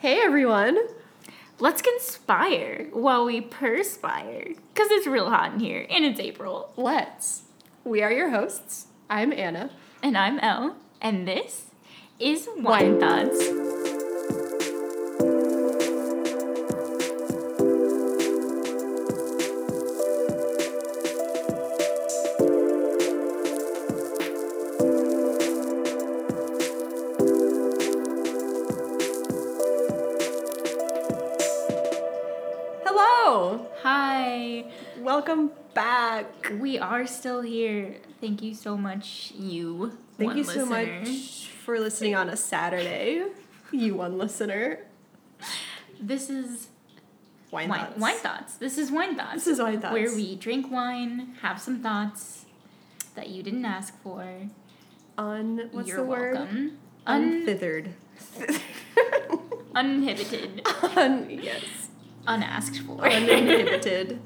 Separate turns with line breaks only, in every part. Hey everyone.
Let's conspire while we perspire, because it's real hot in here and it's April.
Let's. We are your hosts. I'm Anna.
And I'm Elle, and this is Wine Thoughts.
Hello.
Hi,
Welcome back.
we are still here. Thank you so much, you.
Thank
one
you so
listener.
much for listening on a Saturday. You one listener.
This is
Wine,
wine,
thoughts.
wine thoughts. This is wine thoughts.
This is wine thoughts.
where we drink wine, have some thoughts that you didn't ask for.
un what's
You're
the word?
welcome. Un-
Unfithered.
uninhibited,
un yes.
unasked for.
Uninhibited.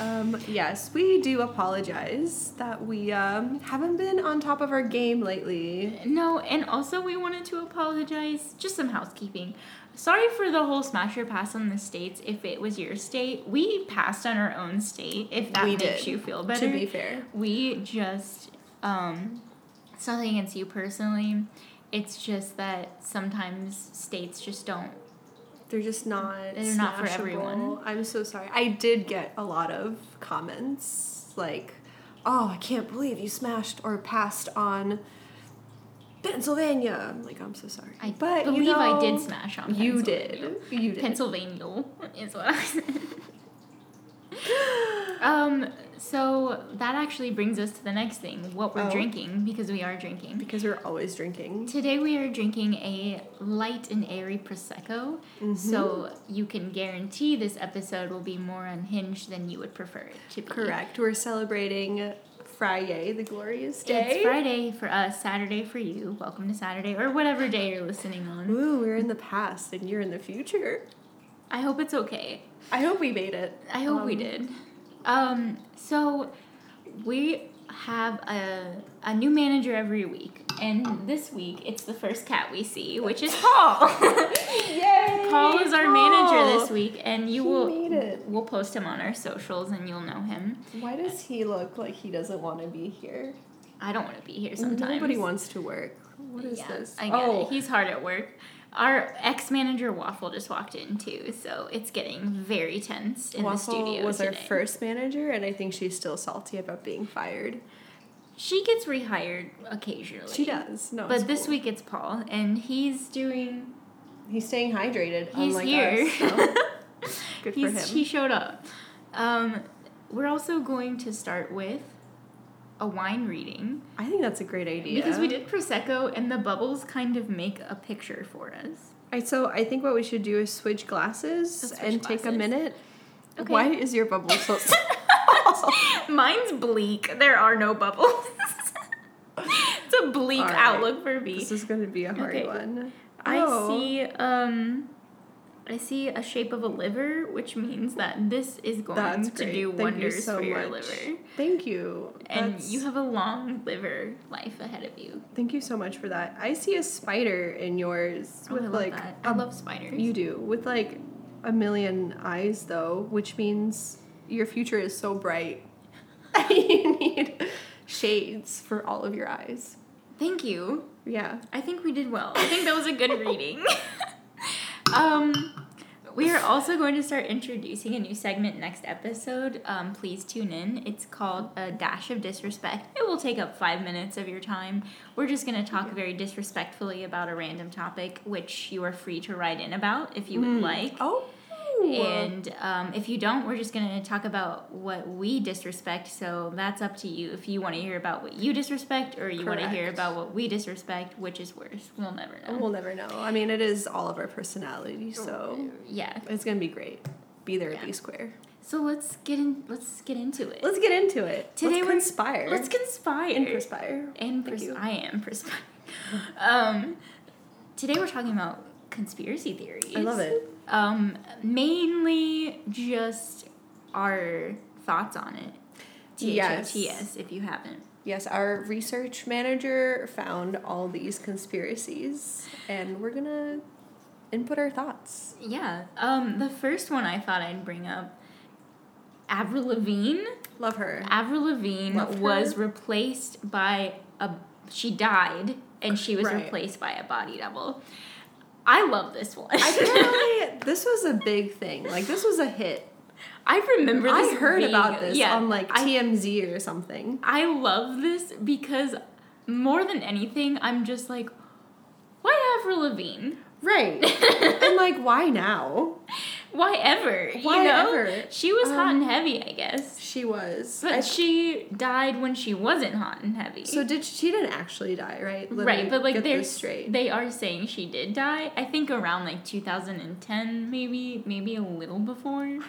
Um, yes, we do apologize that we um, haven't been on top of our game lately.
No, and also we wanted to apologize. Just some housekeeping. Sorry for the whole smash or pass on the states. If it was your state, we passed on our own state. If that
We
makes
did,
you feel better,
To be fair,
we just um, it's nothing against you personally. It's just that sometimes states just don't.
they're just not.
They're not for
smashable.
everyone.
I'm so sorry. I did get a lot of comments like, "Oh, I can't believe you smashed or passed on Pennsylvania." I'm like, I'm so sorry.
I
but you
believe I
know,
did smash on
You
Pennsylvania.
did. You did.
Pennsylvania is what I said. um, so that actually brings us to the next thing, what we're
Oh.
drinking, because we are drinking.
because we're always drinking.
Today we are drinking a light and airy prosecco, so
Mm-hmm.
you can guarantee this episode will be more unhinged than you would prefer it to be.
Correct. We're celebrating Friday, the glorious day.
It's Friday for us, Saturday for you. Welcome to Saturday or whatever day you're listening on.
Ooh, we're in the past and you're in the future.
I hope it's okay.
I hope we made it.
I hope we
Um,
did. Um, so we have a, a new manager every week, and this week it's the first cat we see, which is Paul.
Yay!
Paul is our manager
Paul!
this week, and you
He
will
made it.
we'll post him on our socials, and you'll know him.
Why does he look like he doesn't want to be here?
I don't want to be here sometimes.
Nobody wants to work. What is
yeah,
this? Oh.
I get it. He's hard at work. Our ex manager Waffle just walked in too, so it's getting very tense in
Waffle
the studio
was our
today.
first manager, and I think she's still salty about being fired.
She gets rehired occasionally.
She does. No, it's
But this
cool.
week it's Paul, and he's doing.
he's staying hydrated.
He's
unlike
here.
Us, so
Oh,
good for him.
he's, he showed up. Um, we're also going to start with a wine reading
I think that's a great idea
because we did prosecco, and the bubbles kind of make a picture for us.
I, so I think what we should do is switch glasses
Let's switch
and take a
glasses.
minute.
Okay.
Why is your bubble so?
Mine's bleak. There are no bubbles. it's a bleak
All right.
outlook for me.
this is going to be a hard
Okay.
one.
I
Oh.
see. Um, I see a shape of a liver, which means that this is going
That's
to
great.
do
Thank you
wonders
so
for your
much.
liver.
Thank you.
And
That's-
you have a long liver life ahead of you.
Thank you so much for that. I see a spider in yours
Oh,
with
I love
like
that.
a-
I love spiders.
you do with like a million eyes though, which means your future is so bright. you need shades for all of your eyes.
Thank you.
Yeah.
I think we did well. I think that was a good reading. um, we are also going to start introducing a new segment next episode. Um, please tune in. It's called A Dash of Disrespect. It will take up five minutes of your time. We're just going to talk very disrespectfully about a random topic, which you are free to write in about if you would like.
Oh.
And um, if you don't, we're just going to talk about what we disrespect. So that's up to you if you want to hear about what you disrespect or you want to hear
Correct.
about what we disrespect, which is worse. We'll never know.
Oh, we'll never know. I mean, it is all of our personality, so
Oh, yeah.
it's gonna be great. Be there,
Yeah.
be square.
So let's get in let's get into it.
Let's get into it.
Today
let's
we're-
conspire.
Let's conspire.
and perspire.
And
Thank
pers-
you.
I am perspiring. um today we're talking about conspiracy theories.
I love it.
Um mainly just our thoughts on it.
Yes.
T-H-O-T-S if you haven't.
Yes, our research manager found all these conspiracies, and we're gonna input our thoughts.
Yeah. Um, the first one I thought I'd bring up, Avril Lavigne.
Love her.
Avril Lavigne
Loved her.
was replaced by a. She died, and she was
Right.
replaced by a body double. I love this one.
I didn't really. This was a big thing. Like this was a hit.
I remember. This
I heard
being-
about this
yeah,
on like
I
TMZ or something.
I love this because more than anything, I'm just like, why Avril Lavigne?
Right. and like, why now?
Why ever? You
Why
know?
ever?
She was hot and
Um,
heavy, I guess.
She was.
But
I-
she died when she wasn't hot and heavy.
so did she, she didn't actually die, right? Let
right,
me
but like
get
they're
this straight.
they are saying she did die. I think around like 2010, maybe maybe a little before.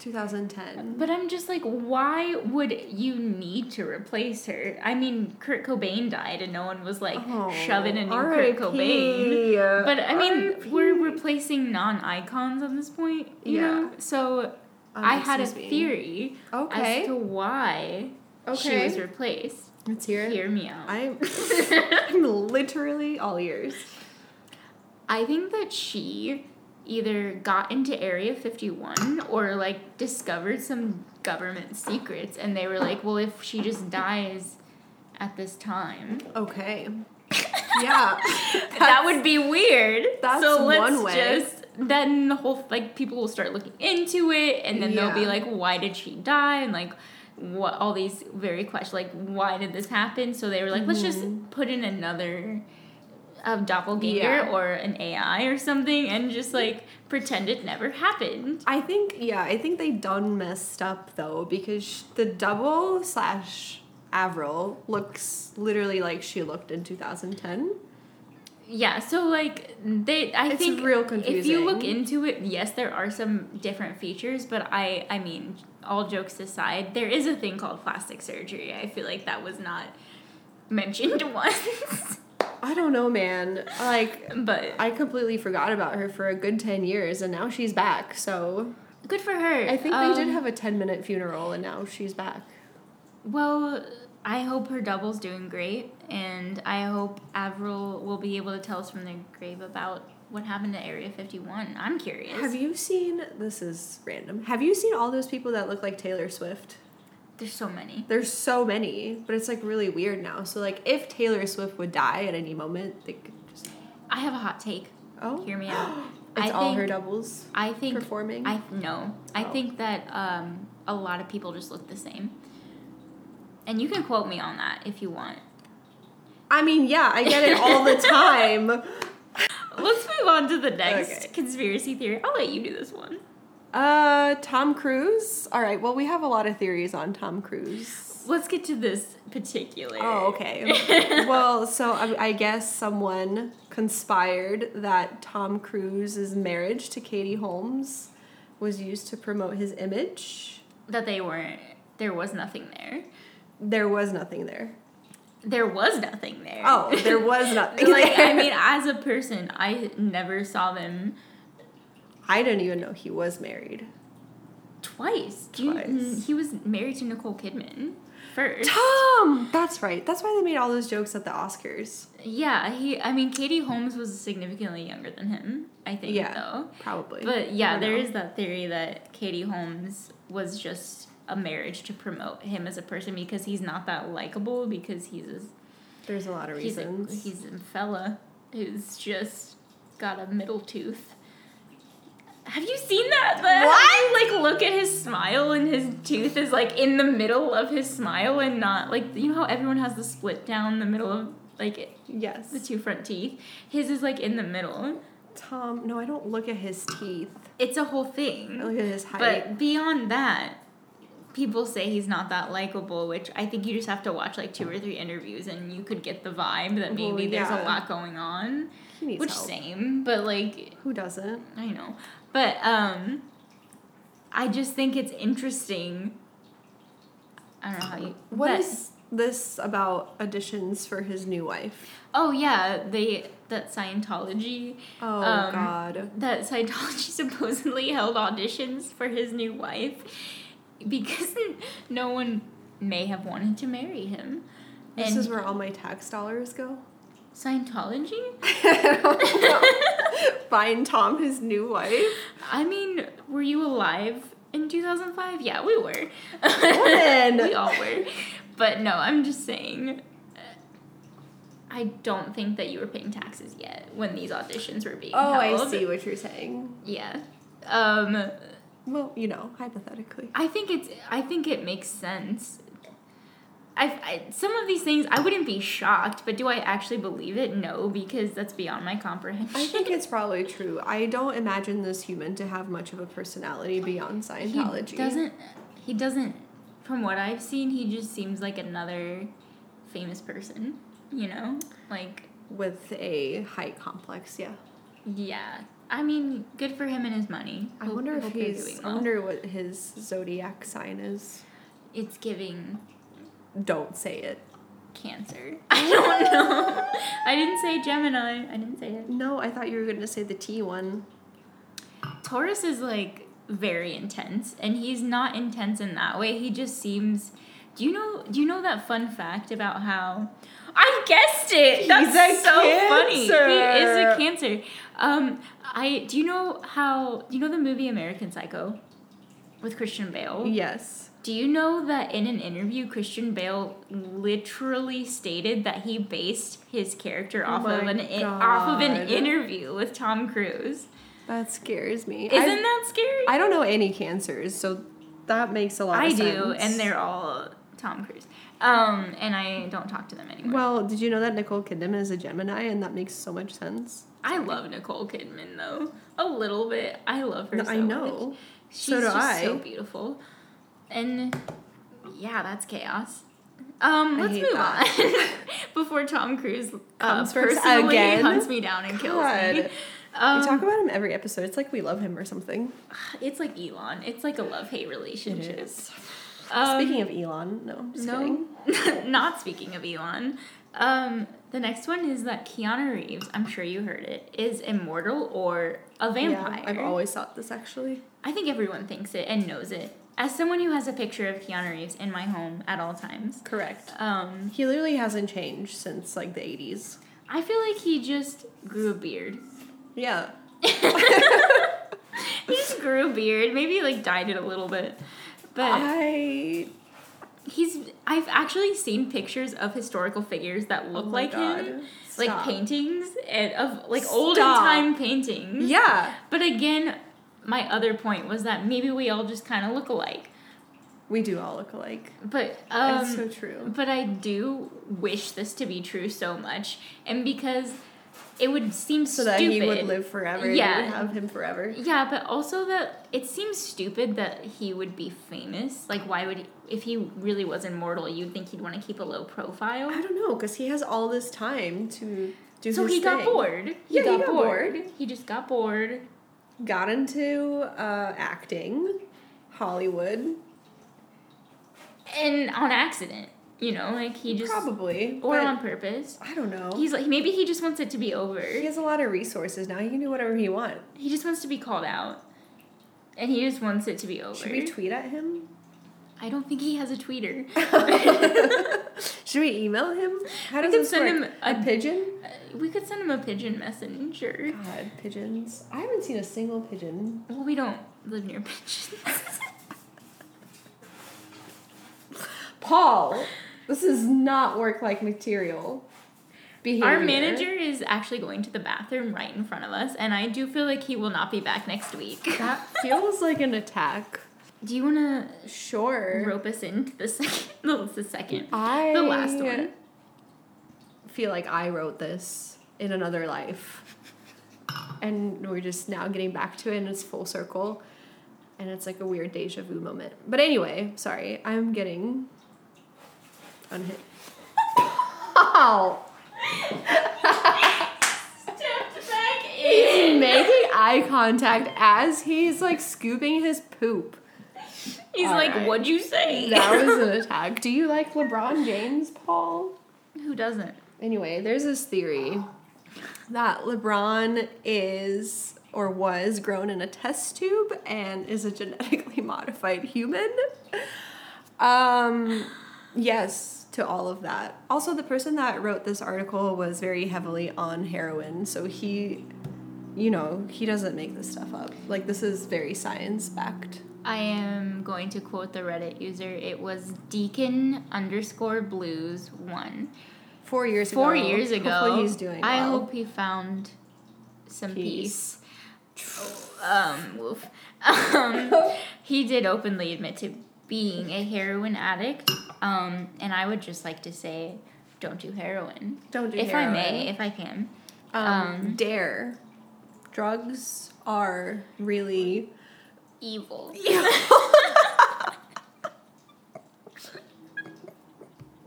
2010.
But I'm just like, why would you need to replace her? I mean, Kurt Cobain died, and no one was like
Oh,
shoving a new Kurt Cobain. But I mean, we're replacing non-icons at this point, you
Yeah. Oh,
know. So I had a theory
Okay.
as to why she
Okay.
was replaced.
Let's hear it.
Hear me out. I,
I'm, I'm literally all ears.
think that she either got into Area 51 or like discovered some government secrets, and they were like, "Well, if she just dies at this time,
Okay. Yeah.
that would be weird.
that's
so let's
one way.
just then the whole like people will start looking into it and then they'll be
Yeah.
like why did she die and like what all these very questions like why did this happen so they were like let's
Mm-hmm.
just put in another a doppelganger
Yeah.
or an AI or something and just like pretend it never happened.
I think yeah, I think they done messed up though because sh- the double slash Avril looks literally like she looked in 2010.
Yeah, so like they I
It's
think
real
if you look
confusing.
into it, yes, there are some different features, but I I mean, all jokes aside, there is a thing called plastic surgery. I feel like that was not mentioned once.
I don't know, man. Like
but
I completely forgot about her for a good 10 years and now she's back. So,
good for her.
I think
Um,
they did have a 10-minute funeral and now she's back.
Well, I hope her double's doing great and I hope Avril will be able to tell us from the grave about what happened to Area 51. I'm curious.
Have you seen this is random. Have you seen all those people that look like Taylor Swift?
There's so many.
There's so many, but it's like really weird now. So like if Taylor Swift would die at any moment, they could just
I have a hot take.
oh
Hear me out.
It's
I
all her
think-
doubles
I think
performing.
I no. I
Oh.
think that um, a lot of people just look the same. And you can quote me on that if you want.
I mean, yeah, I get it all the time.
Let's move on to the next
Okay.
conspiracy theory. I'll let you do this one.
Uh, Tom Cruise. All right. Well, we have a lot of theories on Tom Cruise.
Let's get to this particular.
Oh, okay. well, so I, I guess someone conspired that Tom Cruise's marriage to Katie Holmes was used to promote his image.
That they weren't. There was nothing there.
There was nothing there.
There was nothing there.
Oh, there was nothing.
like I
there.
mean, as a person, I never saw them
I didn't even know he was married.
twice. Do you-
Twice.
he was married to Nicole Kidman first.
Tom. That's right. That's why they made all those jokes at the Oscars.
Yeah, he. I mean, Katie Holmes was significantly younger than him. I think
Yeah.
though.
Probably.
But yeah,
don't
there
know.
is that theory that Katie Holmes was just a marriage to promote him as a person because he's not that likable because he's a,
There's a lot of
he's a,
reasons.
he's a fella who's just got a middle tooth. Have you seen that? The, Like, look at his smile, and his tooth is like in the middle of his smile, and not like you know how everyone has the split down the middle of like
yes.
the two front teeth. His is like in the middle.
Tom, no, I don't look at his teeth.
It's a whole
I
thing.
look at his height.
But beyond that, people say he's not that likable, which I think you just have to watch like two or three interviews and you could get the vibe that
Well,
maybe there's a
yeah.
lot going on.
he needs
which
help.
same, but like
Who doesn't?
I know. But um I just think it's interesting. I don't know how you
What
but-
is this about auditions for his new wife?
Oh yeah, they that Scientology
Oh
Um,
God.
that Scientology supposedly held auditions for his new wife because no one may have wanted to marry him.
This
And
is where all my tax dollars go.
Scientology?
I don't know. Find Tom his new wife.
I mean, were you alive in 2005? Yeah, we were.
Woman!
we all were. But no, I'm just saying. uh, I don't think that you were paying taxes yet when these auditions were being
Oh,
held.
I see what you're saying.
Yeah. Um,
Well, you know, hypothetically.
I think it's. I think it makes sense. I, I some of these things I wouldn't be shocked, but do I actually believe it? No, because that's beyond my comprehension.
I think it's probably true. I don't imagine this human to have much of a personality beyond Scientology.
He doesn't. He doesn't. From what I've seen, he just seems like another famous person. You know, like
with a height complex, yeah.
yeah. I mean, good for him and his money.
I
Hope-
wonder if
hope they're
he's
doing
I
well.
wonder what his zodiac sign is.
It's giving
Don't say it.
cancer. I don't know. I didn't say Gemini. I didn't say it.
No, I thought you were gonna say the T one.
Taurus is like very intense, and he's not intense in that way. He just seems. Do you know? Do you know that fun fact about how? I guessed it.
He's
That's
a
so funny. He is
Cancer.
a cancer. Um, I do you know how? Do you know the movie American Psycho with Christian Bale?
Yes.
Do you know that in an interview, Christian Bale literally stated that he based his character off
Oh my
of an in, off of
God.
an interview with Tom Cruise?
That scares me.
Isn't
I,
that scary?
I don't know any cancers, so that makes a lot
I
of sense.
do, and they're all Tom Cruise. Um, and I don't talk to them anymore.
Well, did you know that Nicole Kidman is a Gemini and that makes so much sense?
I love Nicole Kidman though a little bit. I love her.
No,
so
I know.
Much. She's
So do
just
I.
so beautiful, and yeah, that's chaos. Um,
I
let's
hate
move
that.
on before Tom Cruise uh,
Comes for us
personally
again.
hunts me down and kills
God.
me. Um,
we talk about him every episode. It's like we love him or something.
it's like Elon. It's like a love hate relationship. Um,
Speaking of Elon, no, I'm just kidding.
no, not speaking of Elon. Um, the next one is that Keanu Reeves. I'm sure you heard it. Is immortal or a vampire?
Yeah, I've always thought this actually.
I think everyone thinks it and knows it. As someone who has a picture of Keanu Reeves in my home at all times,
Correct.
um,
He literally hasn't changed since like the 80s.
I feel like he just grew a beard.
Yeah.
He just grew a beard. Maybe like dyed it a little bit, but
I
he's. I've actually seen pictures of historical figures that look
Oh my
like
God.
him,
Stop.
like paintings and of like
Stop.
olden time paintings.
Yeah.
But again, my other point was that maybe we all just kind of look alike.
We do all look alike.
But um,
That's so true.
But I do wish this to be true so much, and because it would seem
So that
stupid.
he would live forever. Yeah.
Yeah.
You would have him forever.
Yeah, but also that it seems stupid that he would be famous. Like, why would if he really was immortal, you'd think he'd want to keep a low
I
profile.
don't know, because he has all this time to do
So
his
he got
thing.
bored.
Yeah, he got bored.
He just got bored.
Got into uh, acting, Hollywood,
and on accident, you know, like he just
probably.
or
but
on purpose.
I don't know.
He's like maybe he just wants it to be over.
he has a lot of resources now. He can do whatever he wants.
He just wants to be called out, and he just wants it to be over.
Should we tweet at him?
I don't think he has a tweeter.
Should we email him? How does
can
this
send
work?
him
a
a-
pigeon?
we could send him a pigeon messenger.
God, pigeons. I haven't seen a single pigeon.
Well, we don't live near pigeons.
Paul, this is not work like material. Behavior.
Our manager is actually going to the bathroom right in front of us, and I do feel like he will not be back next week.
That feels like an attack.
Do you want to
Sure.
rope us into the second? No, it's the second.
I
The last one.
feel like I wrote this in another life. And we're just now getting back to it and it's full circle. And it's like a weird deja vu moment. But anyway, sorry, I'm getting unhit. Ow!
Stepped back in.
Making eye contact as he's like scooping his poop.
He's
All
like,
right.
"What'd you say?"
That was an attack. Do you like LeBron James, Paul?
Who doesn't?
Anyway, there's this theory that LeBron is or was grown in a test tube and is a genetically modified human. Um, yes, to all of that. Also, the person that wrote this article was very heavily on heroin, so he, you know, he doesn't make this stuff up. Like, this is very science backed.
I am going to quote the Reddit user. It was Deacon underscore Blues one.
Four years
Four
ago.
years ago,
Hopefully he's doing
I
well.
hope he found some peace.
Peace.
Um, woof. Um, he did openly admit to being a heroin addict. Um, and I would just like to say, don't do heroin.
Don't do
if I may,
heroin.
if I can.
um, dare. Drugs are really
Evil.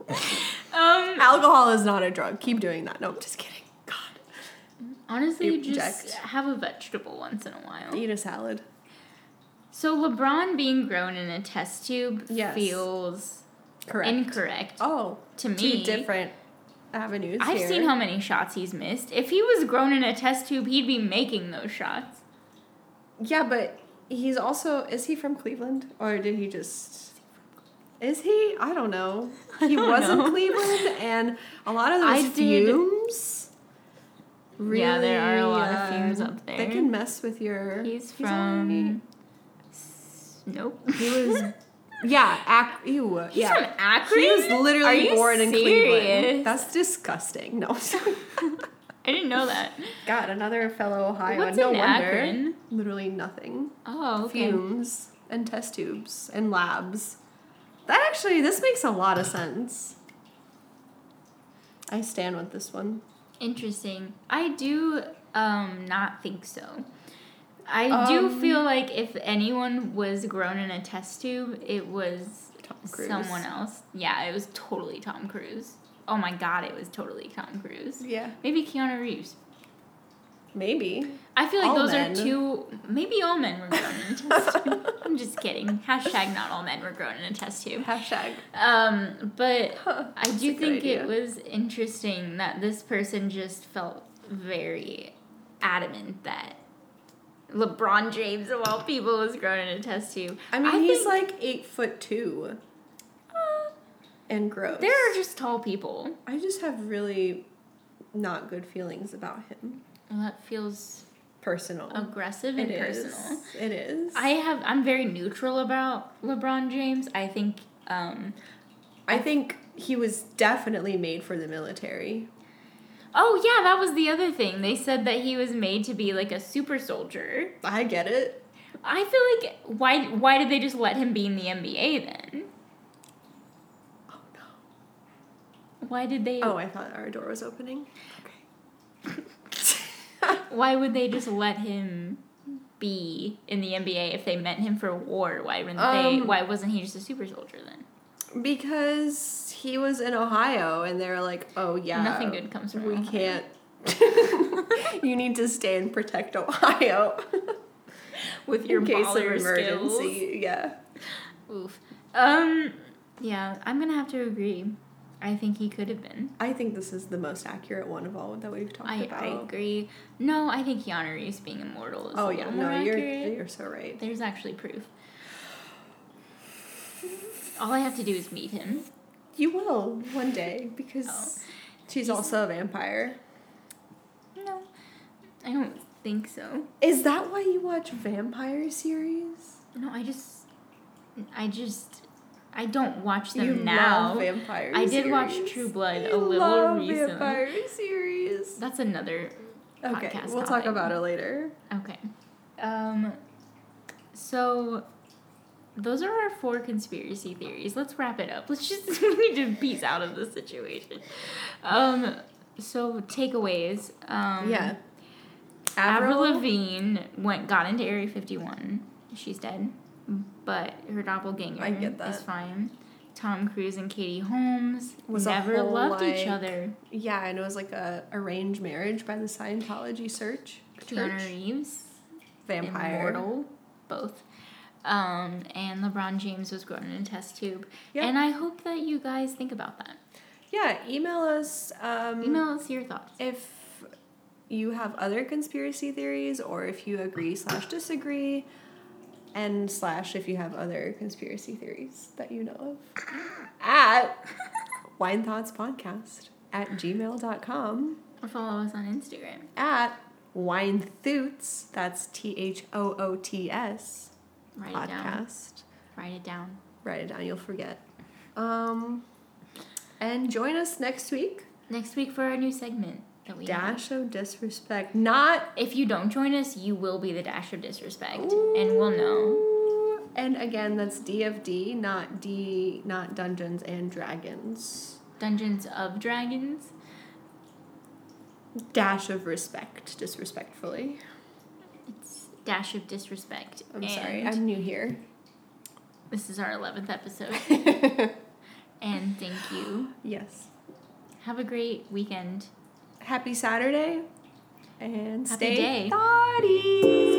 um,
alcohol is not a drug. Keep doing that. No, I'm just kidding. God,
honestly,
You
just
reject.
have a vegetable once in a while.
eat a salad.
So LeBron being grown in a test tube
Yes.
feels
Correct.
incorrect
oh,
to
two
me.
different avenues.
I've
here.
seen how many shots he's missed. If he was grown in a test tube, he'd be making those shots.
Yeah, but he's also is he from Cleveland or did he just is he? I don't know. He
don't
was
know.
in Cleveland and a lot of
I
those
did-
fumes.
Yeah, there are a lot of
uh,
fumes up
They
there.
can mess with your
He's
alright.
from. S- Nope.
He was Yeah, ac- ew,
He's
yeah.
from Akron.
He was
Are
literally
you
born in
serious?
Cleveland. That's disgusting. No.
I didn't know that.
God, another fellow Ohio.
What's
no
in
wonder.
Akron?
Literally nothing.
Oh, okay.
fumes and test tubes and labs. That actually, this makes a lot of sense. I stand with this one.
Interesting. I do um not think so. I do
Um,
feel like if anyone was grown in a test tube, it was
Tom Cruise.
someone else. Yeah, it was totally Tom Cruise. Oh my god, it was totally Tom Cruise.
Yeah.
Maybe Keanu Reeves.
Maybe.
I feel like
All
those
men.
are two. Maybe all men were grown in a test tube. I'm just kidding. Hashtag not all men were grown in a test tube.
Hashtag.
Um, but I
a
do
good
think it
idea.
was interesting that this person just felt very adamant that LeBron James, of all people, was grown in a test tube.
I mean, he's
think,
like eight foot two
uh,
and gross.
there are just tall people.
I just have really not good feelings about him.
Well, that feels
Personal.
aggressive
It
and
is.
personal.
It is.
Um, I have. I'm very neutral about LeBron James. I think. Um,
I think he was definitely made for the military.
oh yeah, that was the other thing. They said that he was made to be like a super soldier.
I get it.
I feel like why why did they just let him be in the NBA then?
Oh no.
Why did they
Oh, I thought our door was opening.
why would they just let him be in the NBA if they meant him for war? Why wouldn't they
Um,
why wasn't he just a super soldier then?
Because he was in Ohio and they were like, oh yeah.
Nothing good comes from
We
Ohio.
can't. you need to stay and protect Ohio
With
in case of
baller
emergency.
skills.
Yeah.
Oof. Um yeah, I'm gonna have to agree. I think he could have been.
I think this is the most accurate one of all that we've talked
I,
about.
I agree. No, I think Keanu Reeves being immortal is
oh
a
yeah,
little more
no, you're
accurate.
you're so right.
There's actually proof. All I have to do is meet him.
You will one day because
Oh.
she's also a vampire.
No, I don't think so.
Is that why you watch vampire series?
No, I just, I just, I don't watch them
you
now.
love vampire
I did watch
series.
True Blood
You
a little
love
recently.
vampire series.
That's another.
Okay,
podcast
we'll talk
topic.
about it later.
Okay. Um. So. Those are our four conspiracy theories. Let's wrap it up. Let's just we need to peace out of this situation. Um. So takeaways. Um,
yeah.
Avril
Avril-
Lavigne went got into Area 51. She's dead, but her doppelganger
I get
is
that.
fine. Tom Cruise and Katie Holmes
Was a
never
whole,
loved each
like,
other.
Yeah, and it was like a arranged marriage by the Scientology search.
Keanu
Church.
Reeves,
Vampire.
immortal, both. Um, and LeBron James was grown in a test tube.
Yeah.
And I hope that you guys think about that.
Yeah, email us um,
Email us your thoughts.
if you have other conspiracy theories or if you agree slash disagree and slash if you have other conspiracy theories that you know of at wine thoughts podcast at gmail.com
Or follow us on Instagram.
at wine thoots that's t-h-o-o-t-s
Write it down.
podcast
Write it down.
write it down you'll forget um and join us next week
Next week for our new segment that we have.
dash of disrespect not
If you don't join us, you will be the dash of disrespect, and we'll know.
Ooh. and again that's dfd not d not dungeons and dragons
Dungeons of Dragons.
dash of respect disrespectfully
It's dash of disrespect.
i'm sorry
and
i'm new here
this is our eleventh episode, and thank you.
yes
Have a great weekend.
happy saturday and
Happy
stay
day.
thoughty